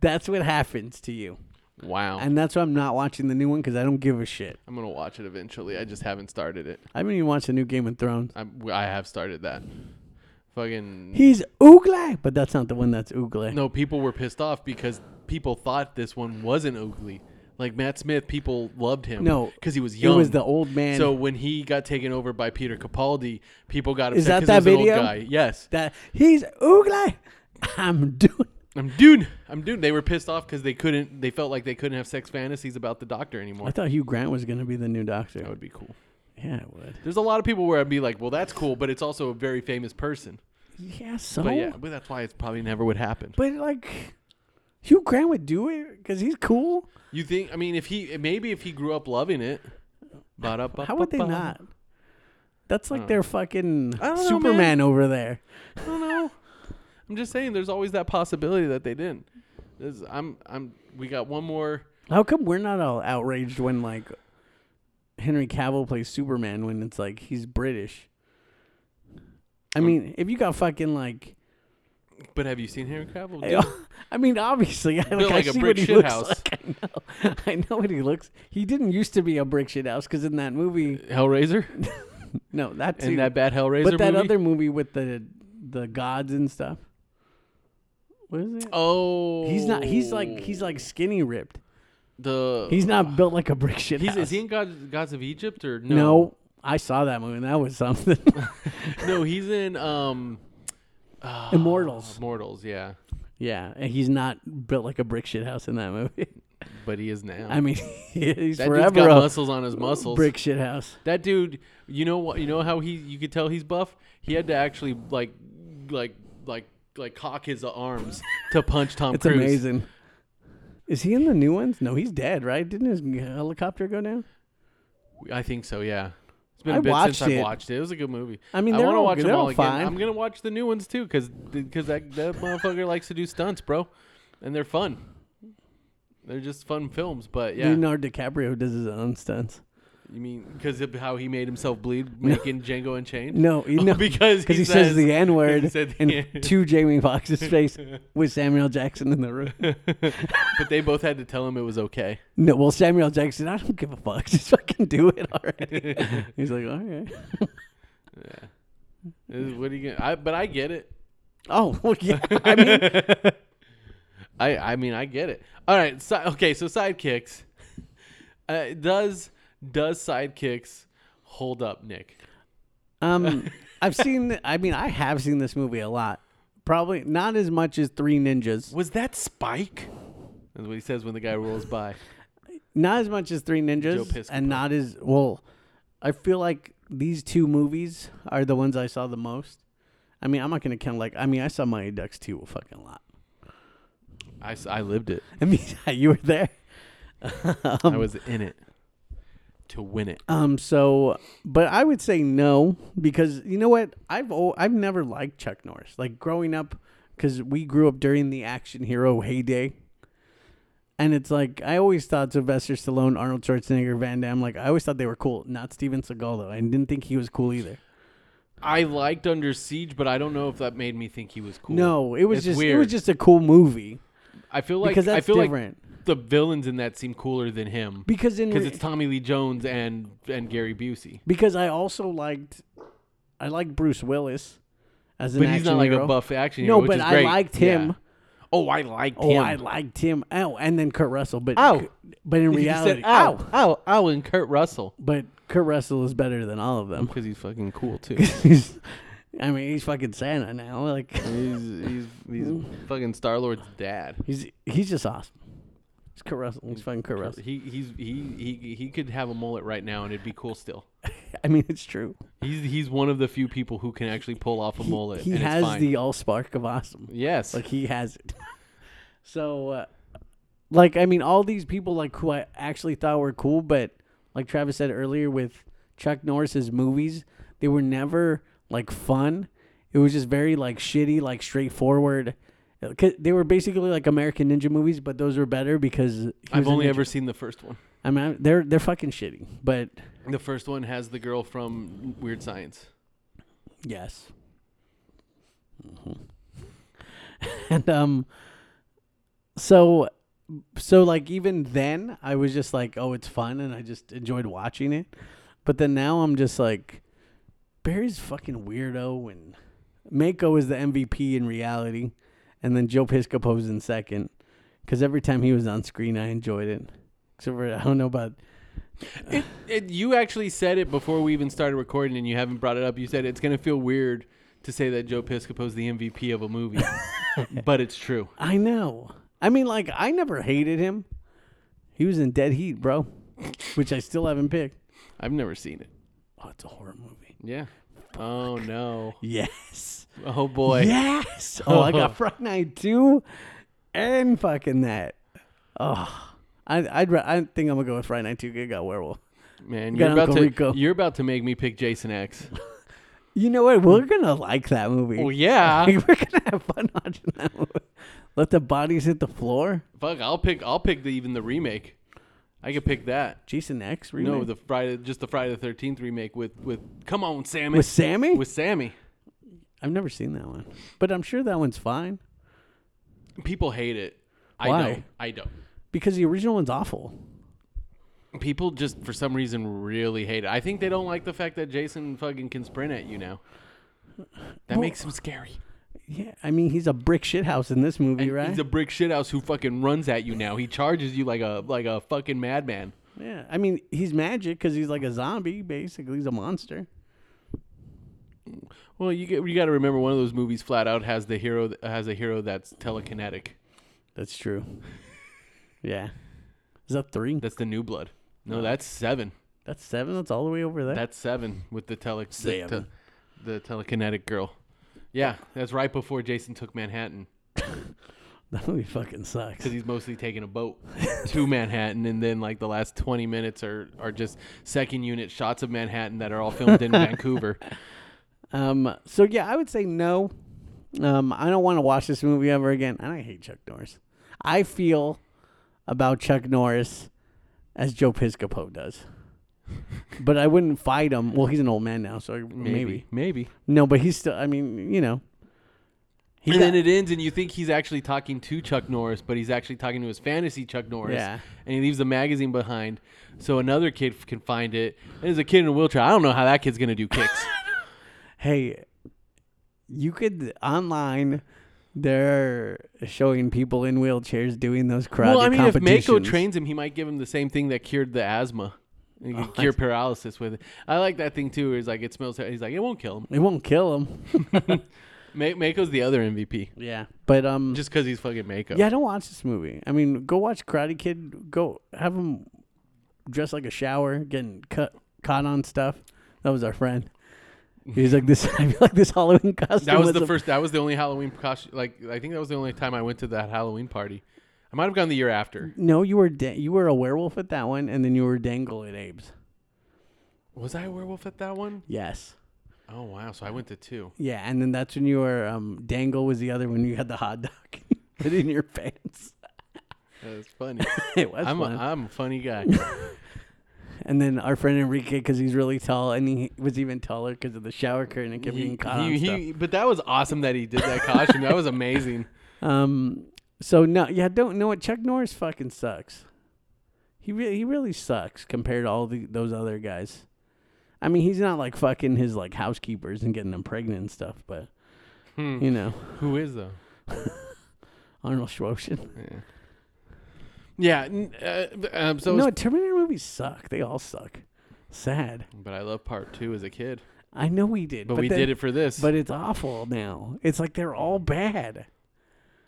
that's what happens to you, Wow, and that's why I'm not watching the new one because I don't give a shit. I'm gonna watch it eventually. I just haven't started it. I haven't even watched the new Game of Thrones. I I have started that. Fucking He's Oogly, but that's not the one that's Oogly. no, people were pissed off because people thought this one wasn't Oakley. Like Matt Smith, people loved him. No, because he was it young. was the old man. So when he got taken over by Peter Capaldi, people got upset. Is that 'cause that he was video? An old guy. Yes, that he's oogly. I'm doing. I'm dude. I'm dude. They were pissed off because they couldn't. They felt like they couldn't have sex fantasies about the Doctor I anymore. thought Hugh Grant was gonna be the new Doctor. That would be cool. yeah, it would. There's a lot of people where I'd be like, well, that's cool, but it's also a very famous person. Yeah, so. But yeah, but that's why it probably never would happen. but, like, Hugh Grant would do it because he's cool. You think? I mean, if he maybe if he grew up loving it, How would they not? That's like their fucking don't know, Superman man. over there. I don't know. I'm just saying, there's always that possibility that they didn't. This, I'm, I'm. We got one more. How come we're not all outraged when like Henry Cavill plays Superman when it's like he's British? I mean, if you got fucking like, But have you seen Henry Cavill? do oh. it? I mean, obviously, I, like, Built like I a see brick what he shit looks house. like. I know, I know what he looks. He didn't used to be a brick shit house because in that movie, Hellraiser no, that too. and that bad Hellraiser but that movie. other movie with the the gods and stuff. What is it? oh, He's not. He's like. He's like skinny ripped. the. He's not built like a brick shit He's house. is he in God, Gods of Egypt or no? no. I saw that movie. and That was something. no, he's in um Oh. Immortals. Mortals, yeah, Yeah, and he's not built like a brick shit house in that movie. but he is now. I mean, he's that dude's forever got a muscles on his muscles. brick shit house. That dude, you know what? You know how he? You could tell he's buff. He had to actually like, like, like, like cock his arms to punch Tom It's Cruise. amazing. Is he in the new ones? No, he's dead, right? Didn't his helicopter go down? I think so. Yeah. It's been I a bit watched since it. I've watched it. It was a good movie. I mean, I they're wanna all- watch they're them all all again. fine. I'm gonna watch the new ones too, cause, 'cause that that motherfucker likes to do stunts, bro, and they're fun. They're just fun films, but yeah. Leonardo DiCaprio does his own stunts. You mean because of how he made himself bleed making Django Unchained? No, he- no, Oh, because Because he, says, the N he word said the and N- to Jamie Foxx's face with Samuel Jackson in the room. but they both had to tell him it was okay. No, well, Samuel Jackson, I don't give a fuck. Just fucking do it already. he's like, all right. Is- What are you gonna? I, but I get it. Oh, well, yeah. I mean, I I mean I get it. All right. Si- okay. So sidekicks. Uh, does does sidekicks hold up, Nick? Um, I've seen. I mean, I have seen this movie a lot. Probably not as much as Three Ninjas. Was that Spike? That's what he says when the guy rolls by. Not as much as Three Joe Ninjas, Piscopo. and not as well. I feel like these two movies are the ones I saw the most. I mean, I'm not gonna count like. I mean, I saw Mighty Ducks too a fucking lot. I, s- I lived it. I mean, you were there. I was in it to win it. Um. So, but I would say no because you know what? I've al- I've never liked Chuck Norris. Like growing up, because we grew up during the action hero heyday, and it's like I always thought Sylvester Stallone, Arnold Schwarzenegger, Van Damme. Like I always thought they were cool. Not Steven Seagal though. I didn't think he was cool either. I liked Under Siege, but I don't know if that made me think he was cool. No, it was It's just it weird. was just a cool movie I feel like because that's I feel different. like the villains in that seem cooler than him because in because re- it's Tommy Lee Jones and and Gary Busey. because I also liked I liked Bruce Willis as an But he's action not like hero. a buff action hero. No, which but is I great. liked Yeah. him. Oh, I liked Oh, him. I liked him. Oh, and then Kurt Russell, but Ow. but in He just reality, said, ow, ow, ow, and Kurt Russell But Kurt Russell is better than all of them. because he's fucking cool too. he's, I mean, he's fucking Santa now. Like he's he's he's fucking Star Lord's dad. he's he's just awesome. He's Kurt Russell. He's fucking Kurt Russell. He he's he he he could have a mullet right now and it'd be cool still. I mean, it's true. He's he's one of the few people who can actually pull off a He, mullet. he and it's has fine. the all spark of awesome. yes. Like he has it. so, uh, like I mean, all these people like who I actually thought were cool, but like Travis said earlier with Chuck Norris's movies, they were never like fun. It was just very like shitty, like straightforward. Uh, 'cause They were basically like American Ninja movies, but those were better because he was I've a only ninja. ever seen the first one. I mean I- they're they're fucking shitty, but The first one has the girl from Weird Science. Yes. Mm-hmm. and um, so so like even then I was just like, oh, it's fun, and I just enjoyed watching it. But then now I'm just like, Barry's fucking weirdo, and Mako is the MVP in reality, and then Joe Piscopo's in second. Because every time he was on screen, I enjoyed it. Except for I don't know about It, it, you actually said it before we even started recording, and you haven't brought it up. You said it's going to feel weird to say that Joe Piscopo's the MVP of a movie, but it's true. I know. I mean, like, I never hated him. He was in Dead Heat, bro, which I still haven't picked. I've never seen it. Oh, it's a horror movie. Yeah. Oh no. Yes. Oh boy. Yes. Oh, I got Friday Night 2 and fucking that. Oh, I, I'd, ra- I think I'm going to go with Friday Night 2. 'cause It got werewolf. Man, got you're about Uncle to Rico. you're about to make me pick Jason X. You know what? We're gonna like that movie. Well, yeah. Like, we're gonna have fun watching that movie. Let the bodies hit the floor. Fuck, I'll pick I'll pick the, even the remake. I could pick that. Jason X remake No, the Friday just the Friday the 13th remake with with Come on, Sammy. with Sammy. with Sammy. I've never seen that one, but I'm sure that one's fine People hate it. I Why? don't. I don't. because the original one's awful. People just for some reason really hate it. I think they don't like the fact that Jason fucking can sprint at you now. That makes him scary. Yeah, I mean he's a brick shithouse in this movie, And right? He's a brick shithouse who fucking runs at you now. He charges you like a like a fucking madman. yeah, I mean he's magic because he's like a zombie. Basically, he's a monster. Well, you get, you got to remember one of those movies flat out has the hero th- has a hero that's telekinetic. That's true. yeah, is that three? That's the new blood. No, that's seven. That's seven. That's all the way over there. That's seven with the tele the, Seven. te- the telekinetic girl. Yeah, that's right before Jason took Manhattan that movie fucking sucks. because he's mostly taking a boat to Manhattan, and then like the last twenty minutes are are just second unit shots of Manhattan that are all filmed in Vancouver. Um, so yeah, I would say no. Um, I don't want to watch this movie ever again, and I hate Chuck Norris. I feel about Chuck Norris as Joe Piscopo does, but I wouldn't fight him. Well, he's an old man now, so maybe, Maybe, maybe. no. But he's still. I mean, you know, he and got- then it ends, and you think he's actually talking to Chuck Norris, but he's actually talking to his fantasy Chuck Norris. Yeah. And he leaves the magazine behind, so another kid f- can find it. And there's a kid in a wheelchair. I don't know how that kid's gonna do kicks. hey, you could online. They're showing people in wheelchairs doing those karate well, I mean, if Mako competitions. trains him, he might give him the same thing that cured the asthma. He Oh, could cure paralysis with it. I like that thing too. He's like, it smells. He's like, it won't kill him. it won't kill him. Ma- Mako's the other MVP, Yeah, but um, just because he's fucking Mako. Yeah, I don't watch this movie. I mean, go watch Karate Kid. Go have him dress like a shower, getting cut caught on stuff. That was our friend. He was like this. I feel like this Halloween costume. That was was the a- first. That was the only Halloween costume. Like, I think that was the only time I went to that Halloween party. I might have gone the year after. No, you were da- you were a werewolf at that one, and then you were dangle at Abe's. Was I a werewolf at that one? Yes. Oh wow! So I went to two. Yeah, and then that's when you were um, dangle was the other one. You had the hot dog put in your pants. That's funny. It was I'm a, fun. I'm a funny guy. and then our friend Enrique, because he's really tall, and he was even taller because of the shower curtain and kept He- getting caught on he- stuff. he- but that was awesome that he did that costume. That was amazing. Um. So no, yeah, don't know what Chuck Norris fucking sucks. He really, he really sucks compared to all the, those other guys. I mean, he's not like fucking his like housekeepers and getting them pregnant and stuff, but Hmm. you know, Who is though? Arnold Schwarzenegger. Yeah. n- Uh, um, so, no, it's- Terminator movies suck. They all suck. Sad. but I love part two as a kid. I know we did, But, we then- did it for this. But it's awful now. It's like they're all bad.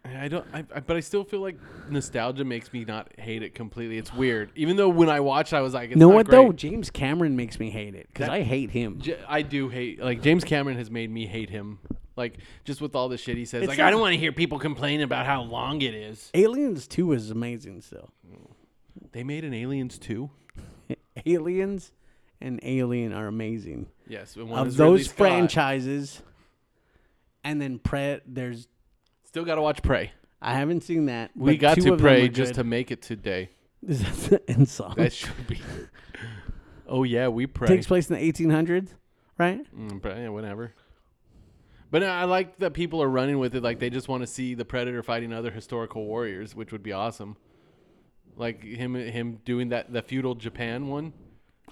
I don't. I, I, but I still feel like nostalgia makes me not hate it completely. It's weird. Even though when I watched, I was like, it's You know not what great. though? James Cameron makes me hate it because That- I hate him. J- I do hate like James Cameron has made me hate him. Like just with all the shit he says. It's like not- I don't want to hear people complain about how long it is. Aliens Two is amazing still. They made an Aliens two. Aliens and Alien are amazing. Yes, and one of is Ridley those Scott. franchises, and then Prey. There's Still got to watch Prey. I haven't seen that. We but got two to of them Prey are just to good. make it today. Is that the end song? That should be. oh yeah, we pray. takes place in the 1800s, right? Mm, but yeah, whatever. But uh, I I like that people are running with it. Like they just want to see the Predator fighting other historical warriors, which would be awesome. Like him, him doing that the feudal Japan one.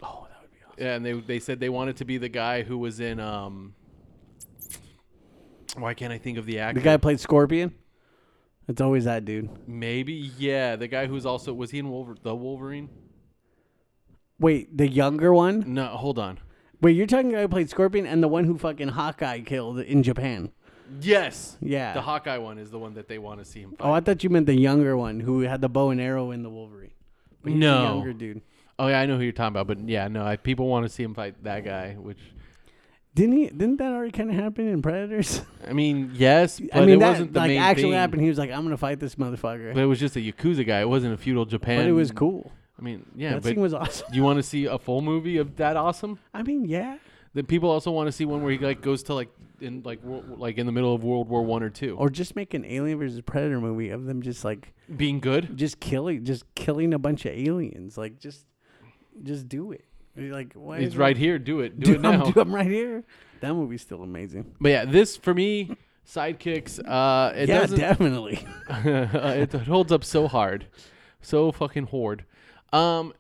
Oh, that would be awesome. Yeah, and they they said they wanted to be the guy who was in. um Why can't I think of the actor? The guy played Scorpion. It's always that dude. Maybe yeah, the guy who's also was he in Wolver- the Wolverine? Wait, the younger one. No, hold on. Wait, you're talking the guy who played Scorpion and the one who fucking Hawkeye killed in Japan. Yes. Yeah. The Hawkeye one is the one that they want to see him fight. oh, I thought you meant the younger one who had the bow and arrow in the Wolverine. But he's No. the younger dude. Oh yeah, I know who you're talking about, but yeah, no, I, people want to see him fight that guy. Which Didn't he? Didn't that already kind of happen in Predators? I mean, yes, but I mean, it that wasn't the like main actually thing. happened. He was like, "I'm gonna fight this motherfucker," But but, it was just a yakuza guy. It wasn't a feudal Japan. it was cool. I mean, yeah, That but scene was awesome. you want to see a full movie of that awesome? I mean, yeah. Then people also want to see one where he like goes to like in like wor- like in the middle of World War One or two, Or just make an Alien versus Predator movie of them just like being good. just killing just killing a bunch of aliens. Like just just do it. Like why It's is it- right here. Do it. Do Dude, it now. I'm, dude, I'm right here. That movie's still amazing. But yeah, this for me, sidekicks. Uh, it yeah, doesn't. definitely. it holds up so hard, so fucking hard. Um,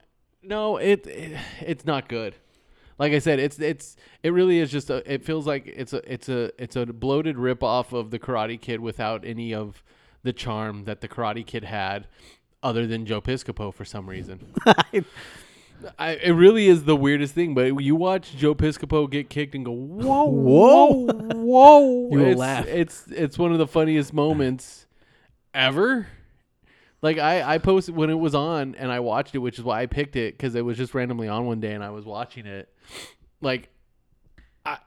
no, it, it it's not good. Like I said, it's it's it really is just a. It feels like it's a it's a it's a bloated rip off of the Karate Kid without any of the charm that the Karate Kid had, other than Joe Piscopo for some reason. I, it really is the weirdest thing, but you watch Joe Piscopo get kicked and go, whoa, whoa, whoa. You will it's, laugh. It's, it's one of the funniest moments ever. Like, I, I posted when it was on and I watched it, which is why I picked it because it was just randomly on one day and I was watching it. Like, I.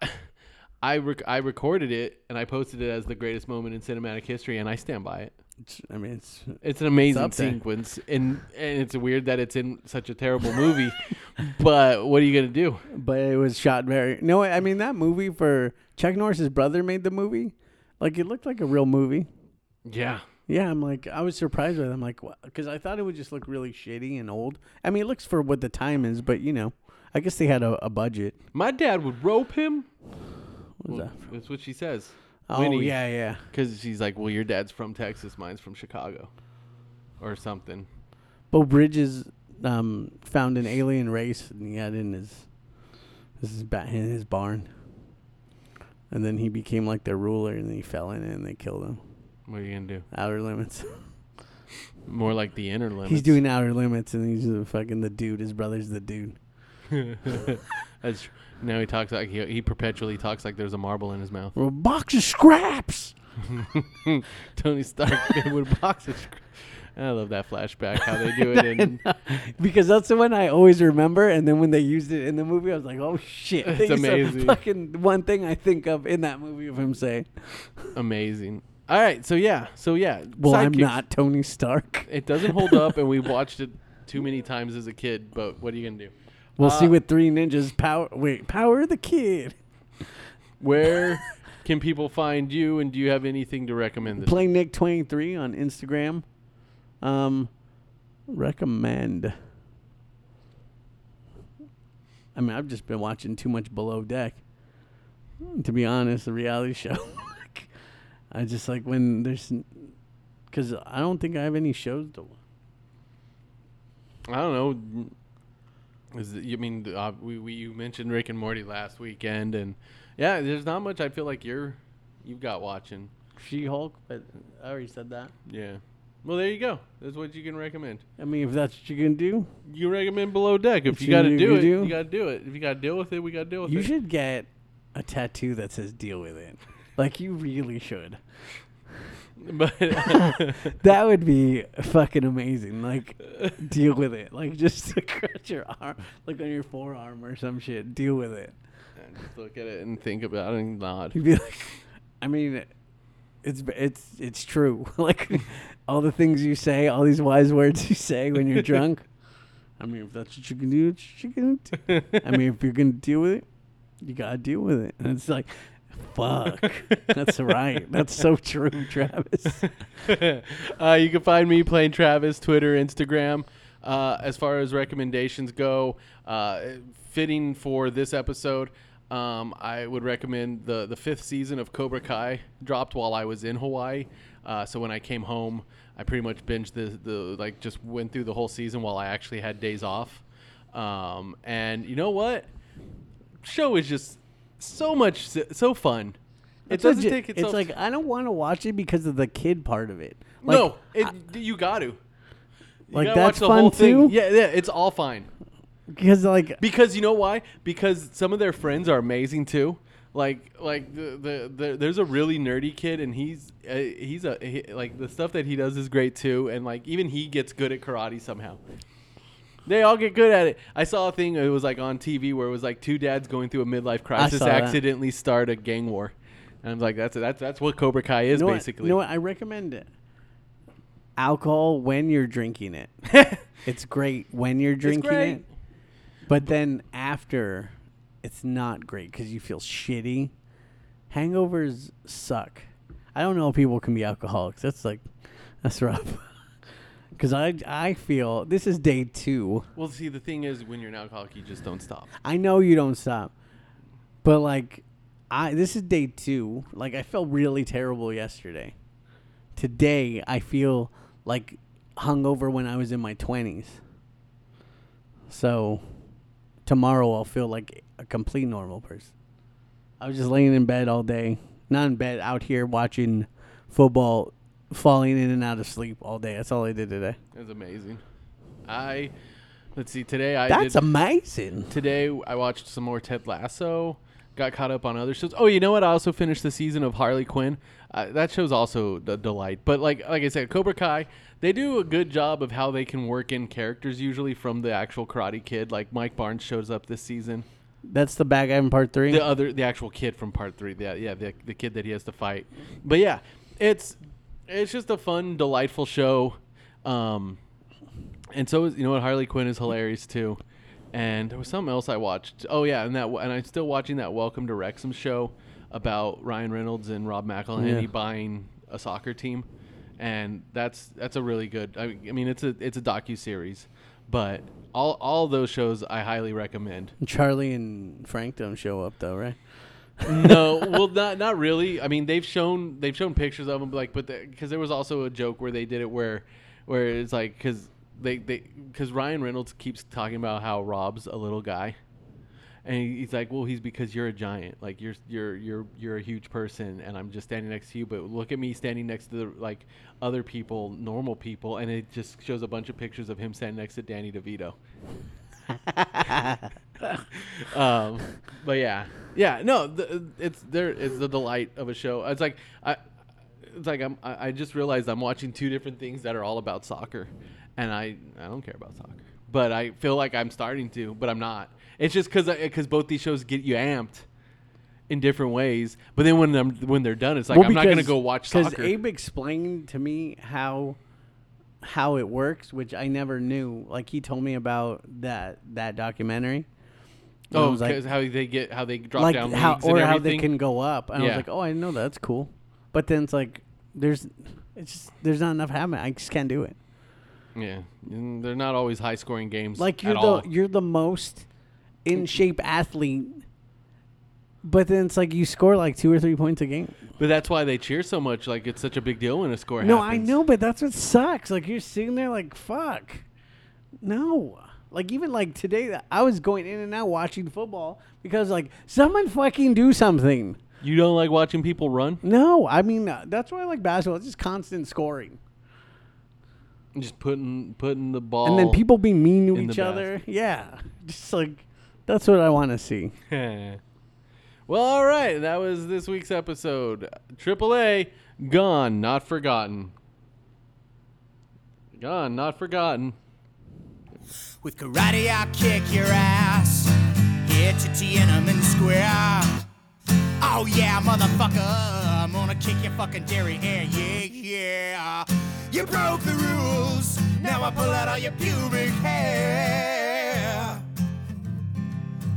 I, rec- I recorded it and I posted it as the greatest moment in cinematic history, and I stand by it. It's- I mean, it's It's an amazing up there. sequence, and and it's weird that it's in such a terrible movie. but what are you gonna do? but it was shot very. No, I mean that movie for Chuck Norris's brother made the movie. Like it looked like a real movie. Yeah, Yeah, I'm like I was surprised by it. I'm like because I thought it would just look really shitty and old. I mean, it looks for what the time is, but you know, I guess they had a, a budget. my dad would rope him. What was that? That's what she says. Oh yeah, yeah. because she's like, well, your dad's from Texas, mine's from Chicago, or something. Bo Bridges um, found an alien race and he had it in his this is bat in his barn. And then he became like their ruler and then he fell in it and they killed him. What are you gonna do? Outer limits. More like the inner limits. he's doing outer limits and he's the fucking the dude. His brother's the dude. That's tr- now he talks like he, he perpetually talks like there's a marble in his mouth. We're a box of scraps. Tony Stark would box his. I love that flashback. How they do it in because that's the one I always remember. And then when they used it in the movie, I was like, "Oh shit!" It's They used the amazing. Fucking one thing I think of in that movie of him saying, amazing. All right, so yeah, so yeah. "Well, I'm sidekicks. not Tony Stark." It doesn't hold up, and we watched it too many times as a kid. But what are you gonna do? We'll see Uh, what Three Ninjas power. Wait, Power the Kid. Where can people find you? And do you have anything to recommend? This? Play Nick Twenty Three on Instagram. Um, recommend. I mean, I've just been watching too much Below Deck. To be honest, the reality show. Like, I just like when there's, because I don't think I have any shows to. I don't know. Is it, you mean uh, we, we you mentioned Rick and Morty last weekend, and yeah, there's not much. I feel like you're you've got watching. She Hulk, but I already said that. Yeah. Well, there you go. That's what you can recommend. I mean, if that's what you can do, You recommend Below Deck. If If you, you- got to if do you it, do. you got to do it. If you got to deal with it, we got to deal with you it. should get a tattoo that says "Deal with it." Like you really should. But That would be fucking amazing. Like, deal with it. Like, just scratch your arm, like on your forearm or some shit. Deal with it. And just look at it and think about it and nod. You'd be like, I mean, it's it's it's true. like, all the things you say, all these wise words you say when you're drunk. I mean, if that's what you can do, it's what you can do. I mean, if you're gonna deal with it, you gotta deal with it. And it's like, fuck, that's right. That's so true, Travis. uh, you can find me playing Travis, Twitter, Instagram. Uh, as far as recommendations go, uh, fitting for this episode, um, I would recommend the the fifth season of Cobra Kai dropped while I was in Hawaii. Uh, so when I came home, I pretty much binged the, the like just went through the whole season while I actually had days off. Um, and you know what? Show is just so much so fun. It It's doesn't legit- take it's itself like I don't want to watch it because of the kid part of it. Like, no, it, you got to. You Like, gotta that's fun too? Yeah, yeah, it's all fine. because like Because you know why? Because some of their friends are amazing too. Like like the, the, the there's a really nerdy kid and he's uh, he's a he, like the stuff that he does is great too and like even he gets good at karate somehow. They all get good at it. I saw a thing it was like on TV where it was like two dads going through a midlife crisis saw that. accidentally start a gang war. And I'm like that's that's that's what Cobra Kai is you know what- basically. you know what I recommend it. alcohol when you're drinking it. it's great when you're drinking great. it, but then after, it's not great because you feel shitty. Hangovers suck. I don't know if people can be alcoholics. That's like, that's rough. Because I I feel this is day two. Well, see, the thing is, when you're an alcoholic, you just don't stop. I know you don't stop, but like, I this is day two. Like, I felt really terrible yesterday. Today, I feel like hungover when I was in my twenties. So, tomorrow I'll feel like a complete normal person. I was just laying in bed all day, not in bed, out here watching football, falling in and out of sleep all day. That's all I did today. It's amazing. I let's see. Today I That's did, amazing. today I watched some more Ted Lasso. Got caught up on other shows. Oh, you know what? I also finished the season of Harley Quinn. Uh, that show's also a delight. But like like I said, Cobra Kai, they do a good job of how they can work in characters usually from the actual Karate Kid. Like Mike Barnes shows up this season. That's the bad guy in part three. the other the actual kid from part three yeah yeah the, the kid that he has to fight but yeah it's it's just a fun delightful show um and so is, you know what harley quinn is hilarious too and there was something else i watched oh yeah and that and i'm still watching that welcome to wrexham show about ryan reynolds and rob mcelhenny Yeah. buying a soccer team and that's that's a really good i mean I mean, it's a it's a docu-series but all all those shows i highly recommend Charlie and Frank don't show up though, right? no, well, not not really. I mean, they've shown they've shown pictures of them, like, but because there was also a joke where they did it where, where it's like because they they because Ryan Reynolds keeps talking about how Rob's a little guy, and he- he's like, well, he's because you're a giant, like you're you're you're you're a huge person, and I'm just standing next to you, but look at me standing next to the like other people, normal people, and it just shows a bunch of pictures of him standing next to Danny DeVito. um, but yeah, yeah, no, th- it's there. It's the delight of a show. It's like I, it's like I'm. I, I just realized I'm watching two different things that are all about soccer, and I I don't care about soccer, but I feel like I'm starting to, but I'm not. It's just because because both these shows get you amped in different ways. But then when I'm when they're done, it's like I'm not gonna go watch soccer. Because Abe explained to me how how it works, which I never knew. Like he told me about that that documentary. And I oh, was like- 'cause how they get how they drop like down how leagues or and how they everything. can go up. And I Yeah. was like, oh, I know that. that's cool. But then it's like there's it's just there's not enough happening. I just can't do it. yeah, And they're not always high scoring games. Like you're at the all. Mm. you're the most in shape athlete. But then it's like you score like two or three points a game. But that's why they cheer so much. Like it's such a big deal when a score No, I happens. know, but that's what sucks. Like you're sitting there, like fuck. No, like even like today, I was going in and out watching football because like someone fucking do something. You don't like watching people run? No, I mean uh, that's why I like basketball. It's just constant scoring, Just putting putting the ball. and then people be mean to in the each other. Yeah, just like that's what I want to see. well, all right. That was this week's episode. AAA gone, not forgotten. Gone, not forgotten. With karate, I'll kick your ass. Here to Tiananmen Square. Oh, yeah, motherfucker. I'm gonna kick your fucking dairy hair. Yeah, yeah. You broke the rules. Now I pull out all your pubic hair.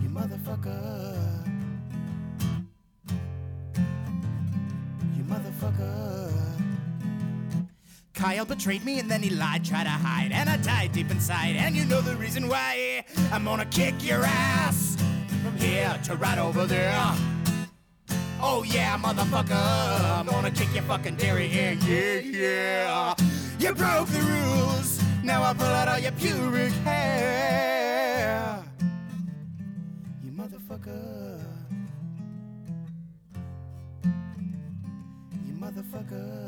You motherfucker. You motherfucker. Kyle betrayed me and then he lied, tried to hide, and I died deep inside. And you know the reason why. I'm gonna kick your ass from here to right over there. Oh yeah, motherfucker, I'm gonna kick your fucking dairy hair. Yeah, yeah. You broke the rules. Now I pull out all your pubic hair. You motherfucker. You motherfucker.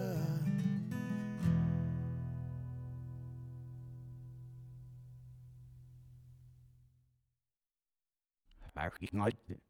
Barking out